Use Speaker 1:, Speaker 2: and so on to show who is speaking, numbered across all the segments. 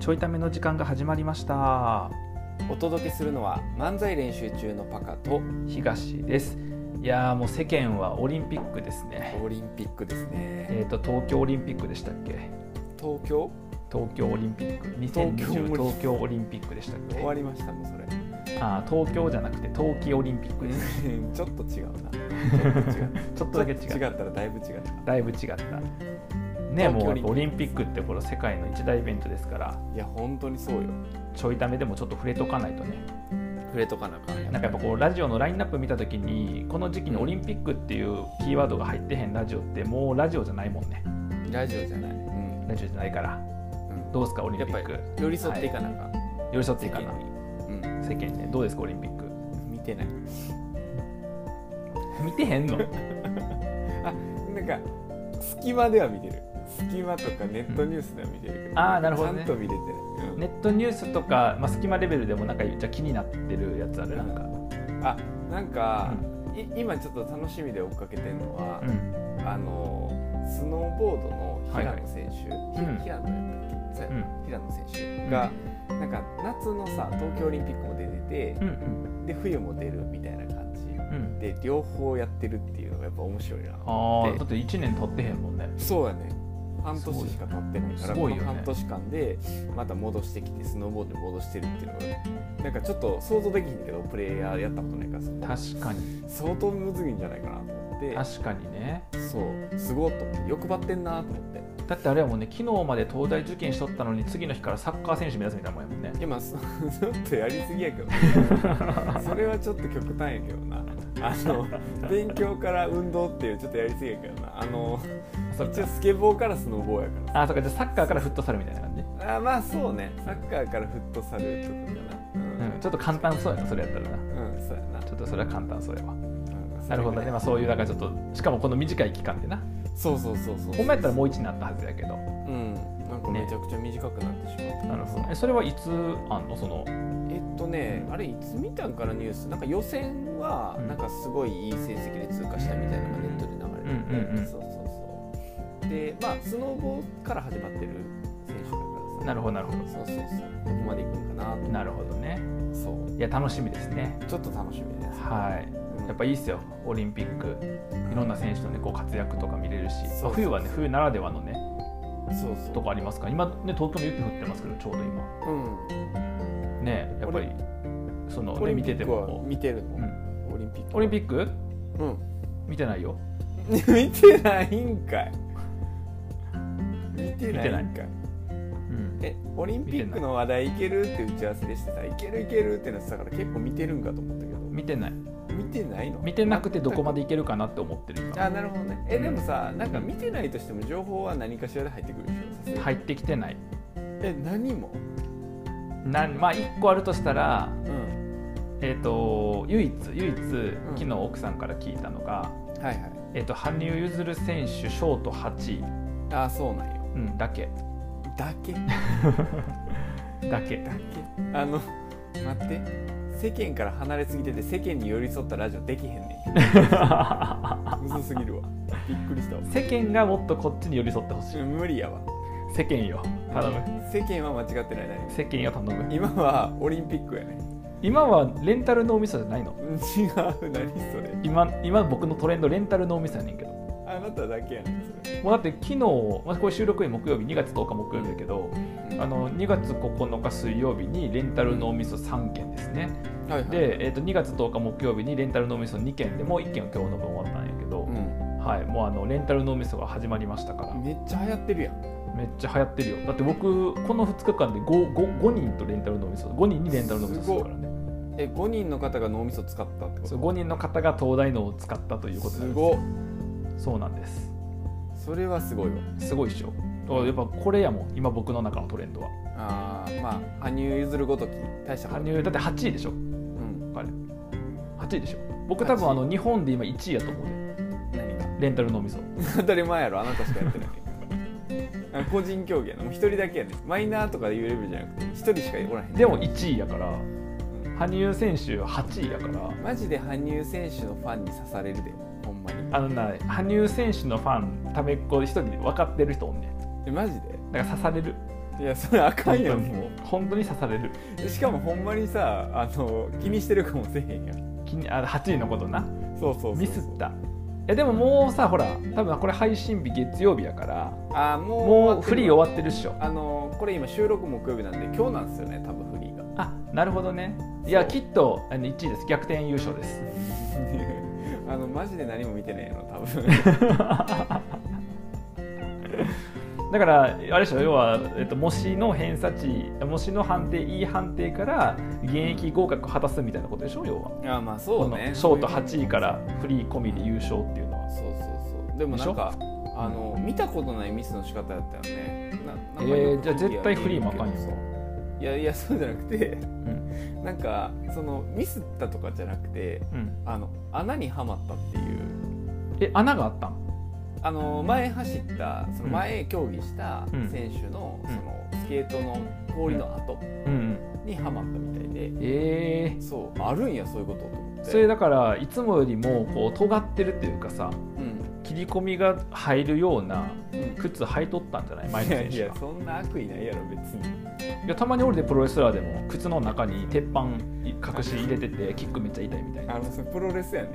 Speaker 1: ちょいための時間が始まりました
Speaker 2: お届けするのは漫才練習中のパカと
Speaker 1: 東ですいやーもう世間はオリンピックですね
Speaker 2: オリンピックですね
Speaker 1: えっ、と東京オリンピックでしたっけ
Speaker 2: 東京
Speaker 1: 東京オリンピック2020東京オリンピックでしたっけ
Speaker 2: 終わりましたもうそれ
Speaker 1: あー東京じゃなくて冬季オリンピックです
Speaker 2: ちょっと違うなちょっと違う
Speaker 1: ちょっとだけ違
Speaker 2: ちょ
Speaker 1: う
Speaker 2: っと違ったらだいぶ違った
Speaker 1: だいぶ違ったね
Speaker 2: 東京
Speaker 1: も
Speaker 2: オ
Speaker 1: うオ
Speaker 2: リンピック
Speaker 1: リンピックってこれ世界の一大イベントですから
Speaker 2: いや本当にそうよ
Speaker 1: ちょいためでもちょっと触れとかないとね
Speaker 2: 触れとかなあかんや
Speaker 1: なんかやっぱこうラジオのラインナップ見た時にこの時期にオリンピックっていうキーワードが入ってへんラジオってもうラジオじゃないもんね
Speaker 2: ラジオじゃない、うん
Speaker 1: ラジオじゃないから
Speaker 2: うん
Speaker 1: どうですかオリン
Speaker 2: やっ
Speaker 1: ピ
Speaker 2: ぱ
Speaker 1: ッ
Speaker 2: り
Speaker 1: ク
Speaker 2: 寄り添っていかなあかん、
Speaker 1: 寄り添っていいかな
Speaker 2: に、
Speaker 1: 世間ねどうですかオリンピック
Speaker 2: うん、見てない
Speaker 1: 見てへんの
Speaker 2: なんか隙間では見てる隙間とかネットニュースでは見てるけど、
Speaker 1: あーなるほどね
Speaker 2: ちゃんと見れてない、うん
Speaker 1: ネットニュースとか、まあ、隙間レベルでもなんかじゃあ気になってるやつあるなんか
Speaker 2: あなんか、い今ちょっと楽しみで追っかけてるのは、
Speaker 1: うん
Speaker 2: あのスノーボードの
Speaker 1: はいは
Speaker 2: 平
Speaker 1: い
Speaker 2: 野選手、
Speaker 1: うん
Speaker 2: ひ平野やったっけそうや
Speaker 1: うん
Speaker 2: 平野選手が、なんか夏のさ東京オリンピックも出てて
Speaker 1: う、ん
Speaker 2: で冬も出るみたいな感じ
Speaker 1: うんうん
Speaker 2: で両方やってるっていうのがやっぱ面白いな
Speaker 1: ああ
Speaker 2: で
Speaker 1: だって1年経ってへんもんね
Speaker 2: そうやね半年しか経ってないから
Speaker 1: すごいよね
Speaker 2: この半年間でまた戻してきてスノーボードに戻してるっていうのがなんかちょっと想像できひんけどプレイヤーやったことないからそこ
Speaker 1: 確かに
Speaker 2: 相当むずいんじゃないかなと思って
Speaker 1: 確かにね
Speaker 2: そうすごっと思って欲張ってんなと思って
Speaker 1: だってあれやもんね昨日まで東大受験しとったのに次の日からサッカー選手目指すみたいなもんやもんね
Speaker 2: 今そ ちょっとやりすぎやけど それはちょっと極端やけどなあの勉強から運動っていうちょっとやりすぎやけどなあの
Speaker 1: そっか
Speaker 2: 一応スケボーからスノーボーやから
Speaker 1: あそうかじゃあサッカーからフットサルみたいな感じ、
Speaker 2: あまあそうねサッカーからフットサルとかかな
Speaker 1: うん、ちょっと簡単そうやなそれやったらな
Speaker 2: うん、そうやな、
Speaker 1: ちょっとそれは簡単そうやわ
Speaker 2: うん
Speaker 1: なるほどね、まあ、そういうだからちょっとしかもこの短い期間でな
Speaker 2: そうそうそうそう
Speaker 1: ほんまやったらもう1になったはずやけど
Speaker 2: うんなんかめちゃくちゃ短くなってしまった、
Speaker 1: なるほどえそれはいつあんのその
Speaker 2: えっとねあれいつ見たんかなニュースなんか予選は
Speaker 1: うん
Speaker 2: なんかすごいいい成績で通過したみたいなのがネットで流れて
Speaker 1: う
Speaker 2: て、
Speaker 1: んうんうん
Speaker 2: そうそうそうでまあスノーボーから始まってる選手だからさ
Speaker 1: なるほどなるほ
Speaker 2: そうそうそうどこまで行くんかな
Speaker 1: どなるほどね
Speaker 2: とそう
Speaker 1: いや楽しみですね
Speaker 2: ちょっと楽しみです
Speaker 1: はいやっぱいいっすよオリンピックいろんな選手の、ね、こう活躍とか見れるし
Speaker 2: そうそうそう
Speaker 1: まあ冬はね冬ならではのね
Speaker 2: そうそう
Speaker 1: とかありますから今ね東京も雪降ってますけどちょうど今
Speaker 2: うん
Speaker 1: ねやっぱり
Speaker 2: オリ
Speaker 1: その、
Speaker 2: オ
Speaker 1: ね、
Speaker 2: リン
Speaker 1: 見
Speaker 2: ピ
Speaker 1: て
Speaker 2: ッ
Speaker 1: て
Speaker 2: クは
Speaker 1: も、
Speaker 2: 見てるの、
Speaker 1: うん、
Speaker 2: オリンピック
Speaker 1: オリンピック
Speaker 2: うん
Speaker 1: 見てないよ
Speaker 2: 見てないんかい見てないんかい
Speaker 1: うん
Speaker 2: えオリンピックの話題いけるって打ち合わせでしてさいけるいけるってなってたから結構見てるんかと思ったけど
Speaker 1: 見てない
Speaker 2: 見てないの
Speaker 1: 見てなくてどこまでいけるかなって思ってる今
Speaker 2: あなるほどねえ
Speaker 1: うん
Speaker 2: でもさなんか見てないとしても情報は何かしらで入ってくるでしょさすがに
Speaker 1: 入ってきてない
Speaker 2: え何も
Speaker 1: なんまあ1個あるとしたら
Speaker 2: うん
Speaker 1: えっ、と唯一唯一
Speaker 2: ん
Speaker 1: 昨日奥さんから聞いたのが、
Speaker 2: はいはい
Speaker 1: えっと羽生結弦選手ショート8位、
Speaker 2: あそうなんよ
Speaker 1: うん、だけ
Speaker 2: だけだ
Speaker 1: だけ
Speaker 2: けあの待って世間から離れすぎてて世間に寄り添ったラジオできへんね んむずすぎるわびっくりしたわ
Speaker 1: 世間がもっとこっちに寄り添ってほしい
Speaker 2: うん無理やわ
Speaker 1: 世間よ頼む
Speaker 2: 世間は間違ってない何も
Speaker 1: 世間よ頼む
Speaker 2: 今はオリンピックやね
Speaker 1: 今はレンタル脳みそじゃないの
Speaker 2: 違う何それ
Speaker 1: 今今僕のトレンドレンタル脳みそやねんけど
Speaker 2: あなただけやねんそれ
Speaker 1: もうだって昨日、まあ、これ収録日木曜日2月10日木曜日だけどあの2月9日水曜日にレンタル脳みそ3件ですね、
Speaker 2: はいはい
Speaker 1: で、えー、と2月10日木曜日にレンタル脳みそ2件でもう1件は今日の分終わったんやけど、
Speaker 2: う
Speaker 1: はい、もうあのレンタル脳みそが始まりましたから
Speaker 2: ん、めっちゃ流行ってるやん
Speaker 1: めっちゃ流行ってるよだって僕この2日間で 5, 5, 人とレンタル脳みそ5人にレンタル脳みそするからね
Speaker 2: え5人の方が脳みそ使ったってこ
Speaker 1: そ
Speaker 2: と
Speaker 1: う5人の方が東大脳を使ったということにな
Speaker 2: す
Speaker 1: るんです
Speaker 2: ごっ
Speaker 1: すそうなんです
Speaker 2: それはすごいわ
Speaker 1: すごいっしょだからやっぱこれやもん今僕の中のトレンドは
Speaker 2: あーまあ羽生結弦ごとき大した
Speaker 1: 羽
Speaker 2: こと
Speaker 1: 生だって8位でしょ
Speaker 2: うん
Speaker 1: 彼8位でしょ僕多分あの日本で今1位やと思うで
Speaker 2: 何が
Speaker 1: レンタル脳みそ
Speaker 2: 当たり前やろあなたしかやってないあ個人競技やなもう一人だけやねんマイナーとかでいうレベルじゃなくて一人しかおらへん
Speaker 1: でも1位やから羽生選手8位やから
Speaker 2: マジで羽生選手のファンに刺されるでほんまに
Speaker 1: あのな羽生選手のファンためっ子で一人で分かってる人おんねん
Speaker 2: えマジで
Speaker 1: だから刺される
Speaker 2: いやそれあかんやんも
Speaker 1: 本当に刺される
Speaker 2: うしかもほんまにさあの気にしてるかもせえへんやん
Speaker 1: 気にあ8位のことな
Speaker 2: そうそうそうそう
Speaker 1: ミスったいやでももうさほら多分これ配信日月曜日やから
Speaker 2: あーもう
Speaker 1: もうフリー終
Speaker 2: わっ
Speaker 1: わってるっしょ
Speaker 2: てるわあのこれ今収録木曜日なんで今日なんですよね多分フリー が
Speaker 1: あなるほどねい
Speaker 2: そ
Speaker 1: や
Speaker 2: う
Speaker 1: きっとあの1位です逆転優勝です
Speaker 2: あのマジで何も見てないやろ多分
Speaker 1: だからあれでしょ要は、えっと、模試の偏差値模試の判定いい判定から現役合格果たすみたいなことでしょ要は
Speaker 2: あーまあそうね
Speaker 1: このショート8位からフリー込みで優勝っていうのは
Speaker 2: そうそうそうでもなんかあの見たことないミスの仕方やったよねななんかよく
Speaker 1: えーじゃあ絶対フリーもあかんやん
Speaker 2: いやいやそうじゃなくて、
Speaker 1: ん
Speaker 2: なんかそのミスったとかじゃなくて
Speaker 1: うん
Speaker 2: あの穴にはまったっていう
Speaker 1: え穴があったん
Speaker 2: あの前走ったその
Speaker 1: うん
Speaker 2: 前競技した
Speaker 1: うん
Speaker 2: 選手の,、
Speaker 1: うん
Speaker 2: そのスケートの氷の跡
Speaker 1: うんうん
Speaker 2: にはまったみたいで、
Speaker 1: ええ
Speaker 2: そうあるんやそういうことと思って
Speaker 1: それだからいつもよりもこう尖ってるっていうかさ
Speaker 2: うん
Speaker 1: 切り込みが入るような
Speaker 2: うん
Speaker 1: 靴履いとったんじゃない前
Speaker 2: い
Speaker 1: の
Speaker 2: や
Speaker 1: 選
Speaker 2: い
Speaker 1: 手
Speaker 2: や
Speaker 1: が
Speaker 2: そんな悪意ないやろ別に
Speaker 1: いやたまに俺でプロレスラーでも靴の中に鉄板隠し入れててキックめっちゃ痛いみたいな
Speaker 2: あのそれプロレスやね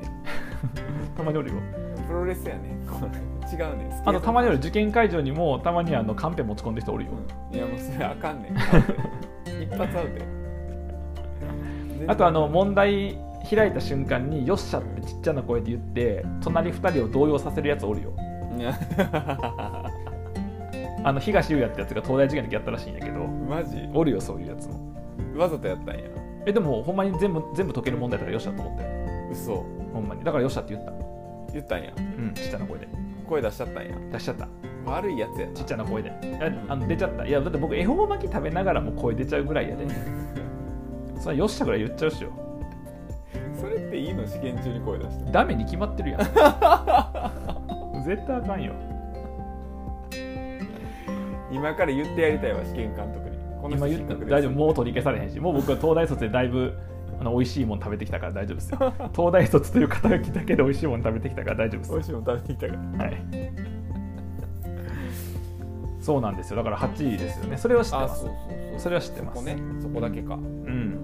Speaker 1: たまにおるよ
Speaker 2: プロレスやねこれ違うね
Speaker 1: あとたまにおる受験会場にもたまにあのカンペ持ち込んでる人おるよ
Speaker 2: うんいやもうそれあかんねん 一発アウトや
Speaker 1: あとあの問題開いた瞬間に「よっしゃ」ってちっちゃな声で言って隣2人を動揺させるやつおるよ
Speaker 2: いや
Speaker 1: あの東優也ってやつが東大受験の時やったらしいんやけど
Speaker 2: マジ
Speaker 1: おるよそういうやつも
Speaker 2: わざとやったんや
Speaker 1: えでもほんまに全部全部解ける問題だからよっしゃと思ったよ
Speaker 2: 嘘
Speaker 1: ほんまにだからよっしゃって言った
Speaker 2: 言ったんや
Speaker 1: うんちっちゃな声で
Speaker 2: 声出しちゃったんや
Speaker 1: 出しちゃった
Speaker 2: 悪いやつやな
Speaker 1: ちっちゃな声でえあの出ちゃったいやだって僕恵方巻き食べながらも声出ちゃうぐらいやでそれよっしゃぐらい言っちゃうっしよ
Speaker 2: それっていいの試験中に声出して
Speaker 1: ダメに決まってるやん 絶対あかんよ
Speaker 2: 今から言ってやりたいわ試験監督にこ
Speaker 1: 今言った
Speaker 2: の人失格です
Speaker 1: 大丈夫もう取り消されへんしもう僕は東大卒でだいぶあの美味しいもん食べてきたから大丈夫です よ東大卒という肩書きだけで美味しいもん食べてきたから大丈夫です
Speaker 2: 美味しいもん食べてきたから
Speaker 1: はいそうなんですよだから8位ですよねそれは知ってます
Speaker 2: うそう
Speaker 1: それは知ってます
Speaker 2: そこねそこだけか
Speaker 1: うん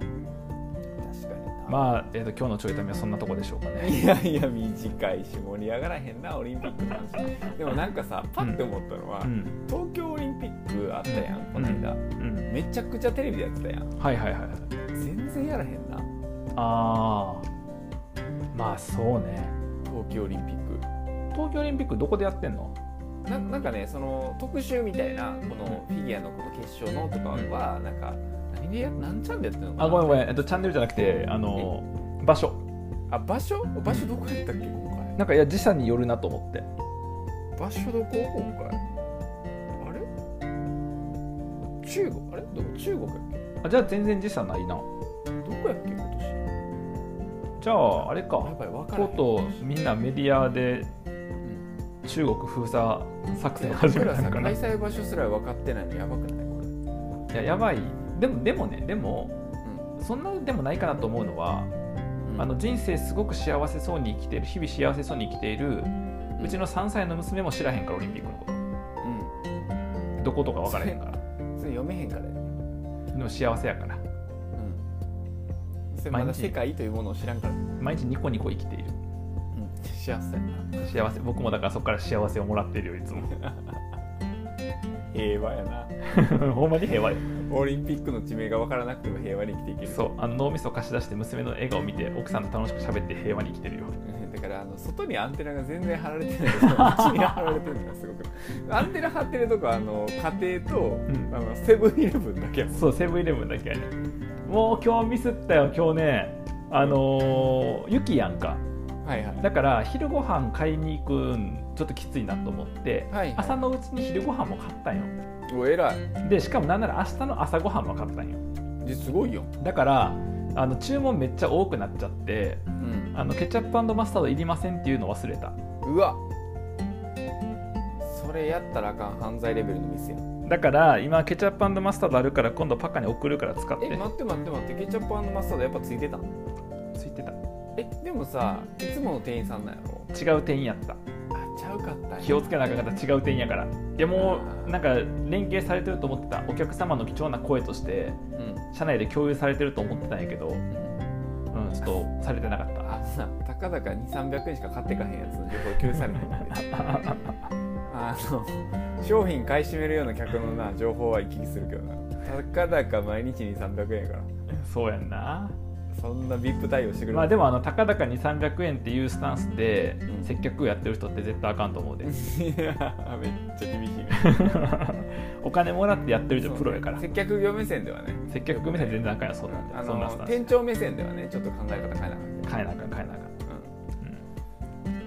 Speaker 2: 確かにな
Speaker 1: まあ、えー、と今日のちょい旅はそんなとこでしょうかね
Speaker 2: いやいや短いし盛り上がらへんなオリンピックの話でもなんかさパッて思ったのは、
Speaker 1: うん
Speaker 2: 東京オリンピックあったやんこの間、
Speaker 1: うん
Speaker 2: めちゃくちゃテレビでやってたやん
Speaker 1: はいはいはいはい
Speaker 2: 全然やらへんな
Speaker 1: あーまあそうね
Speaker 2: 東京オリンピッ
Speaker 1: 東京オリンピックどこでやってんの
Speaker 2: クななんかねその特集みたいなこのフィギュアのこの決勝のとかはなんか何でや何ちゃんでやってんのかな
Speaker 1: あごめんごめん、えっと、チャンネルじゃなくてあの場所
Speaker 2: あ場所場所どこやったっけ今回
Speaker 1: なんかいや時差によるなと思って
Speaker 2: 場所どこ今回あれ中国あれどこ中国やっ
Speaker 1: あじゃあ全然時差ないな
Speaker 2: けどこやっけ今年
Speaker 1: じゃああれか
Speaker 2: やばい分からへ
Speaker 1: と
Speaker 2: ん
Speaker 1: うとうみんなメディアで
Speaker 2: ん
Speaker 1: 中国封鎖作
Speaker 2: い
Speaker 1: 戦
Speaker 2: や
Speaker 1: 始め
Speaker 2: 僕ら
Speaker 1: た
Speaker 2: さ
Speaker 1: のかな
Speaker 2: 開
Speaker 1: い
Speaker 2: 催場所すら分かってないのやばくないこれ
Speaker 1: ややばいでもでもねでも、そんなでもないかなと思うのは、あの人生すごく幸せそうに生きてる日々幸せそうに生きているうちの3歳の娘も知らへんからオリンピックのこ
Speaker 2: う
Speaker 1: と
Speaker 2: ん
Speaker 1: どことか分からへんから
Speaker 2: それ読めへんからやね、
Speaker 1: でも幸せやから
Speaker 2: うん、それまだ
Speaker 1: 毎日
Speaker 2: 世界というものを知らんから、うん、
Speaker 1: 毎日ニコニコ生きている
Speaker 2: 幸せやな
Speaker 1: 幸せ僕もだからそこから幸せをもらってるよいつも
Speaker 2: 平和やな
Speaker 1: ほんまに平和よ
Speaker 2: オリンピックの地名が分からなくても平和に生きていける
Speaker 1: そうあの脳みそ貸し出して娘の笑顔を見て奥さんと楽しく喋って平和に生きてるよ
Speaker 2: うん だからあの外にアンテナが全然張られてないその道に張られてるのがすごくアンテナ張ってるとこはあの家庭と、
Speaker 1: ん
Speaker 2: あのセブンイレブンだけやもん
Speaker 1: そうセブンイレブンだけやねもう今日ミスったよ今日ねあのー雪やんか
Speaker 2: はいはい
Speaker 1: だから昼ご飯買いに行くんちょっときついなと思って、
Speaker 2: はいはい
Speaker 1: 朝のうちに昼ご飯も買ったんよ
Speaker 2: お偉い
Speaker 1: でしかもなんなら明日の朝ご飯も買ったんよ
Speaker 2: ですごいよ、
Speaker 1: だからあの注文めっちゃ多くなっちゃって
Speaker 2: うん、
Speaker 1: あのケチャップマスタードいりませんっていうの忘れた
Speaker 2: うわそれやったらあかん犯罪レベルのミスや
Speaker 1: だから今ケチャップマスタードあるから今度パカに送るから使っ
Speaker 2: え
Speaker 1: て
Speaker 2: 待って待って待ってケチャップマスタードやっぱついてたん
Speaker 1: ついてた
Speaker 2: えでもさいつもの店員さんなんやろ
Speaker 1: 違う店員やった
Speaker 2: あちゃうかったんや
Speaker 1: 気をつけなあかんかったら違う点やからいやもうなんか連携されてると思ってたお客様の貴重な声として
Speaker 2: うん
Speaker 1: 社内で共有されてると思ってたんやけど、うん、ちょっとされてなかった
Speaker 2: あんなたかだか2300円しか買ってかへんやつの情報共有されないんであの商品買い占めるような客のな情報は行き来するけどなたかだか毎日2300円やから
Speaker 1: そうやんな
Speaker 2: そんな VIP 対応してくれる
Speaker 1: まあ でもあの高々に300円っていうスタンスで
Speaker 2: うん
Speaker 1: 接客やってる人って絶対あかんと思うで
Speaker 2: いやめっちゃ厳しいね
Speaker 1: お金もらってやってる人プロやから
Speaker 2: 接客業目線ではね
Speaker 1: 接客組めたら全然あかんよそんなん
Speaker 2: あ
Speaker 1: でそんなスタ
Speaker 2: の
Speaker 1: ンス
Speaker 2: 店長目線ではねちょっと考え方変えなかっ
Speaker 1: 変えなあかん変えなあかん、
Speaker 2: た
Speaker 1: うん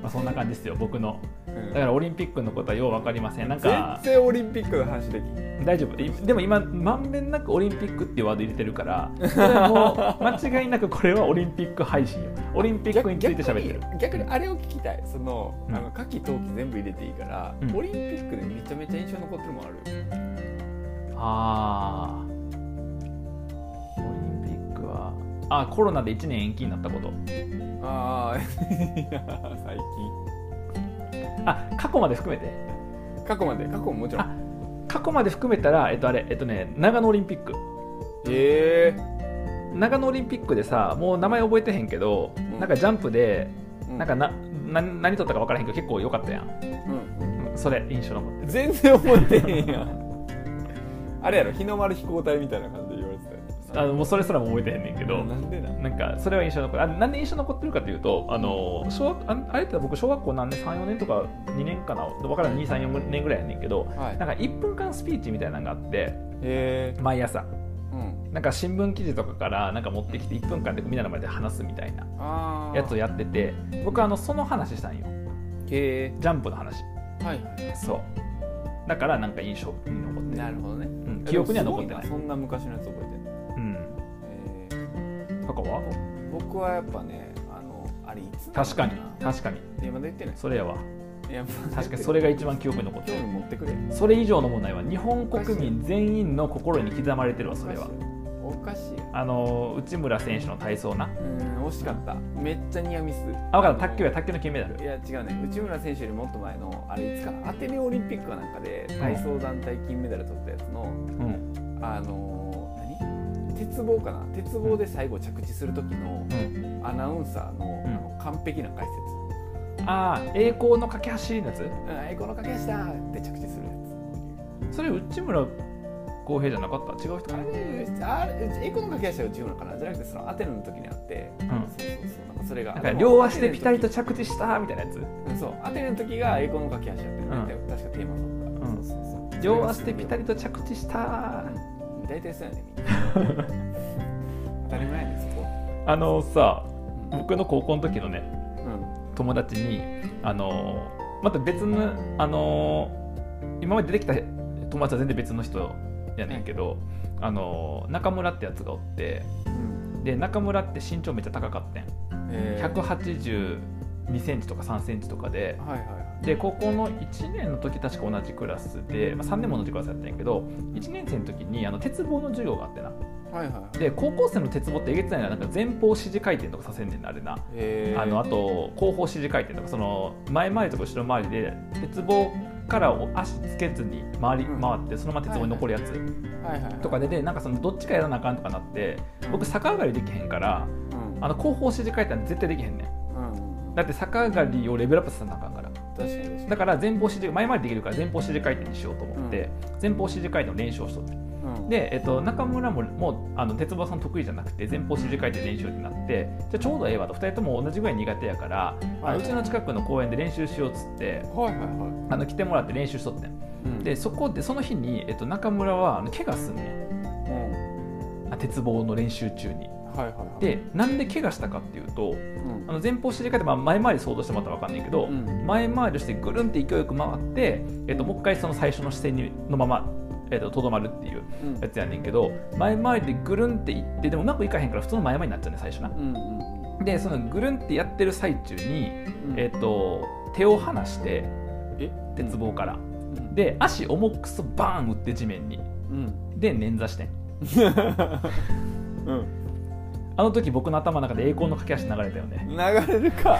Speaker 1: まあ、そんな感じですよ僕の
Speaker 2: うんうん
Speaker 1: だからオリンピックのことはよう分かりませんなんか
Speaker 2: 全然オリンピックの話できん
Speaker 1: 大丈夫いでも今まんべんなくオリンピックっていうワード入れてる からそれはもう間違いなくこれはオリンピック配信よオリンピックについて喋ってる
Speaker 2: 逆に逆にあれを聞きたいその
Speaker 1: うん
Speaker 2: あの夏季冬季全部入れていいから、
Speaker 1: うん
Speaker 2: オリンピックでめちゃめちゃ印象残ってるもんある
Speaker 1: あーオリンピックはあコロナで1年延期になったこと
Speaker 2: ああいや最
Speaker 1: あ過去まで含めて
Speaker 2: 近過去まで過去ももちろん
Speaker 1: あ過去まで含めたらえっとあれえっとね長野オリンピック
Speaker 2: え
Speaker 1: 長野オリンピックでさもう名前覚えてへんけど、
Speaker 2: ん
Speaker 1: なんかジャンプで
Speaker 2: えー、う
Speaker 1: なんかなな何取ったか分からへんけど結構良かったやん
Speaker 2: うん
Speaker 1: うんそれ印象残ってる
Speaker 2: 全然覚えてへんやんあれやろ日の丸飛行隊みたいな感じで言われてたよね
Speaker 1: あのもうそれすらも覚えてへんねんけど、
Speaker 2: なんでなん
Speaker 1: なんかそれは印象残ってるあなんで印象残ってるかというとあの小学ああれって僕小学校何年34年とか2年かな分からん234年ぐらいやねんけど
Speaker 2: はい
Speaker 1: なんか1分間スピーチみたいなのがあって
Speaker 2: え
Speaker 1: 毎朝
Speaker 2: ー、うん
Speaker 1: なんか新聞記事とかからなんか持ってきて1分間でみんなの前で話すみたいな
Speaker 2: あ
Speaker 1: やつをやってて僕あのその話したんよ
Speaker 2: へ
Speaker 1: ジャンプの話
Speaker 2: えはい
Speaker 1: そうだからなんか印象に残ってる
Speaker 2: なるほどね
Speaker 1: うん、記憶には残ってない
Speaker 2: でもすごいそんな昔のやつ覚えてる、
Speaker 1: うん
Speaker 2: えー
Speaker 1: 過去は
Speaker 2: 僕はやっぱねあのあれいつ
Speaker 1: 確かに確かに
Speaker 2: に今で言ってない
Speaker 1: それやわ
Speaker 2: いや
Speaker 1: 確か にそれが一番記憶に残って
Speaker 2: 興
Speaker 1: る
Speaker 2: 味持ってくれ
Speaker 1: それ以上の問題は日本国民全員の心に刻まれてるわそれは
Speaker 2: おかしいよ
Speaker 1: あの内村選手の体操な
Speaker 2: うーん惜しかっためっちゃニアミス
Speaker 1: あ分かった卓球や卓球の金メダル
Speaker 2: いや違うね内村選手よりもっと前のあれいつかなアテネオリンピックかなんかで体操団体金メダル取ったやつの、
Speaker 1: うん
Speaker 2: あのー何鉄棒かな鉄棒で最後着地する時の
Speaker 1: うん
Speaker 2: アナウンサーの,、
Speaker 1: うん
Speaker 2: あの完璧な解説
Speaker 1: ああ栄光の架け橋のやつ
Speaker 2: 「うんあいこの駆け足だ!」って着地するやつ
Speaker 1: それ内村航平じゃなかった違う人か
Speaker 2: あ
Speaker 1: な
Speaker 2: れあれエコの駆け足は内村かなじゃなくてそのアテネの時にあって、
Speaker 1: ん
Speaker 2: そうそうそうなんかそれが
Speaker 1: なんか両足で
Speaker 2: アテネの時
Speaker 1: ピタリと着地したみたいなやつ
Speaker 2: うんそうアテネの時がエコの駆け足やって
Speaker 1: う
Speaker 2: る、
Speaker 1: ん
Speaker 2: 確かテーマだった、
Speaker 1: うん
Speaker 2: そうそうそう
Speaker 1: 両足でピタリと着地した
Speaker 2: 大体そうやねみんな当たり前やねそこ
Speaker 1: あのさ
Speaker 2: うん
Speaker 1: 僕の高校の時のね友達にあのまた別のあの今まで出てきた友達は全然別の人やねんけど、あの中村ってやつがおって
Speaker 2: うん
Speaker 1: で中村って身長めっちゃ高かったん
Speaker 2: えー
Speaker 1: 1 8 2センチとか3センチとかで
Speaker 2: はいはいはい
Speaker 1: で高校の1年の時確か同じクラスで、まあ、3年も同じクラスだったんやけど1年生の時にあの鉄棒の授業があってな
Speaker 2: はいはいはい
Speaker 1: で高校生の鉄棒ってえげつないななんか前方支持回転とかさせんねんなあれな
Speaker 2: えー
Speaker 1: あのあと後方支持回転とかその前回りとか後ろ回りで鉄棒からを足つけずに回り
Speaker 2: うん
Speaker 1: 回ってそのまま鉄棒に残るやつ
Speaker 2: はいはいはい
Speaker 1: とかででなんかそのどっちかやらなあかんとかなって僕逆上がりできへんから
Speaker 2: うん
Speaker 1: あの後方支持回転絶対できへんねん
Speaker 2: うんうんうん
Speaker 1: だ
Speaker 2: 確
Speaker 1: って逆上がりをレベルアップさせなあかんから
Speaker 2: かに確かに
Speaker 1: だから前方支持前回りできるから前方支持回転にしようと思って前方支持回転の練習をしとって
Speaker 2: うん
Speaker 1: で、えっと、中村ももうあの鉄棒さん得意じゃなくて前方支持回転練習ってなってじゃあちょうどええわと2人とも同じぐらい苦手やから、あ
Speaker 2: はいはいう
Speaker 1: ちの近くの公園で練習しようっつって
Speaker 2: はいはいはい
Speaker 1: あの来てもらって練習しとってん
Speaker 2: うん
Speaker 1: でそこでその日に、えっと、中村はあの怪我すんね
Speaker 2: うん
Speaker 1: んあ鉄棒の練習中に
Speaker 2: はいはいはい
Speaker 1: でなんで怪我したかっていうと
Speaker 2: うん
Speaker 1: あの前方支持回転、まあ、前回り想像してもらったら分かんないけど、
Speaker 2: うん
Speaker 1: 前回りをしてぐるんって勢いよく回って、えっと、もう一回その最初の視線にのままえっととど、まるっていう
Speaker 2: うん
Speaker 1: やつやねんけど前回りでぐるんっていってでもうまくいかへんから普通の前回りになっちゃうね最初な
Speaker 2: うんうんうん
Speaker 1: でそのぐるんってやってる最中に、
Speaker 2: うん
Speaker 1: えっと手を離して
Speaker 2: え
Speaker 1: 鉄棒から、
Speaker 2: うん
Speaker 1: で足重くそバーン打って地面に
Speaker 2: うん
Speaker 1: で捻挫してん
Speaker 2: うん
Speaker 1: あの時僕の頭の中で栄光の架け橋流れたよね
Speaker 2: 流れるか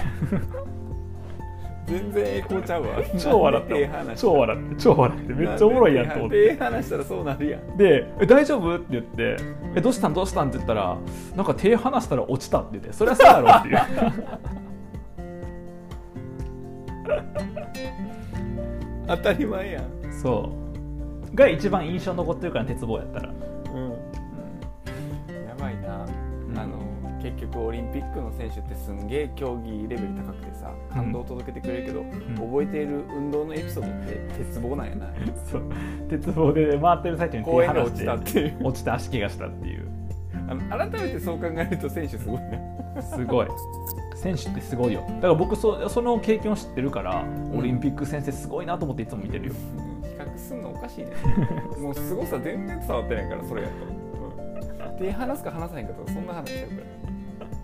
Speaker 2: 全然栄光ちゃうわ
Speaker 1: 超笑っ
Speaker 2: なんでええ
Speaker 1: たもん
Speaker 2: 話
Speaker 1: 超笑って超笑ってめっちゃおもろいやんと思って
Speaker 2: なんでええ話したらそうなるやん
Speaker 1: で「え大丈夫?」って言って「えどうしたんどうしたん?」って言ったら「なんか手離したら落ちた」って言って「そりゃそうやろ」っていう
Speaker 2: 当たり前やん
Speaker 1: そうが一番印象残ってるから鉄棒やったら
Speaker 2: やばいな、あの結局オリンピックの選手ってすんげえ競技レベル高くてさ感動を届けてくれるけど、覚えている運動のエピソードって鉄 棒なんやな
Speaker 1: そう鉄棒で回ってる最中に
Speaker 2: 公
Speaker 1: 手
Speaker 2: 園で
Speaker 1: 離
Speaker 2: 落
Speaker 1: し
Speaker 2: ち
Speaker 1: て
Speaker 2: たっていう
Speaker 1: 落ちて足怪我したっていう
Speaker 2: あの改めてそう考えると選手すごいな
Speaker 1: すごい選手ってすごいよだから僕そその経験を知ってるからオリンピック先生すごいなと思っていつも見てるよ
Speaker 2: うん比較すんのおかしい ねもうすごさ全然伝わってないからそれやと、うん、手離すか離さへんかとかそんな話しちゃうか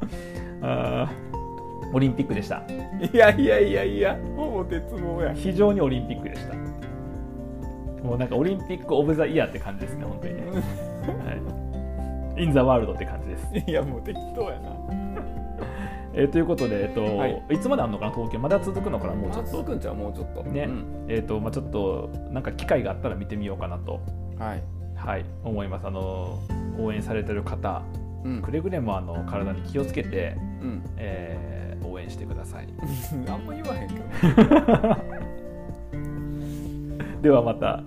Speaker 1: あーオリンピックでした
Speaker 2: らいやいやいやいやほぼ鉄棒や
Speaker 1: 非常にオリンピックでしたもうなんかオリンピック・オブ・ザ・イヤーって感じですね本当にね、はい、イン・ザ・ワールドって感じです、
Speaker 2: いやもう適当やな
Speaker 1: えーということで、えっと
Speaker 2: はい
Speaker 1: い、つまであんのかな東京まだ続くのかなもうちょっ
Speaker 2: 松尾
Speaker 1: と
Speaker 2: くんちゃんもうちょっと
Speaker 1: ね、
Speaker 2: うん
Speaker 1: えっ、とまあちょっとなんか機会があったら見てみようかなと
Speaker 2: はい、
Speaker 1: はい思いますあの応援されてる方
Speaker 2: うん
Speaker 1: くれぐれもあの体に気をつけて、
Speaker 2: うん、
Speaker 1: えー応援してください
Speaker 2: あんま言わへんけど
Speaker 1: ではまた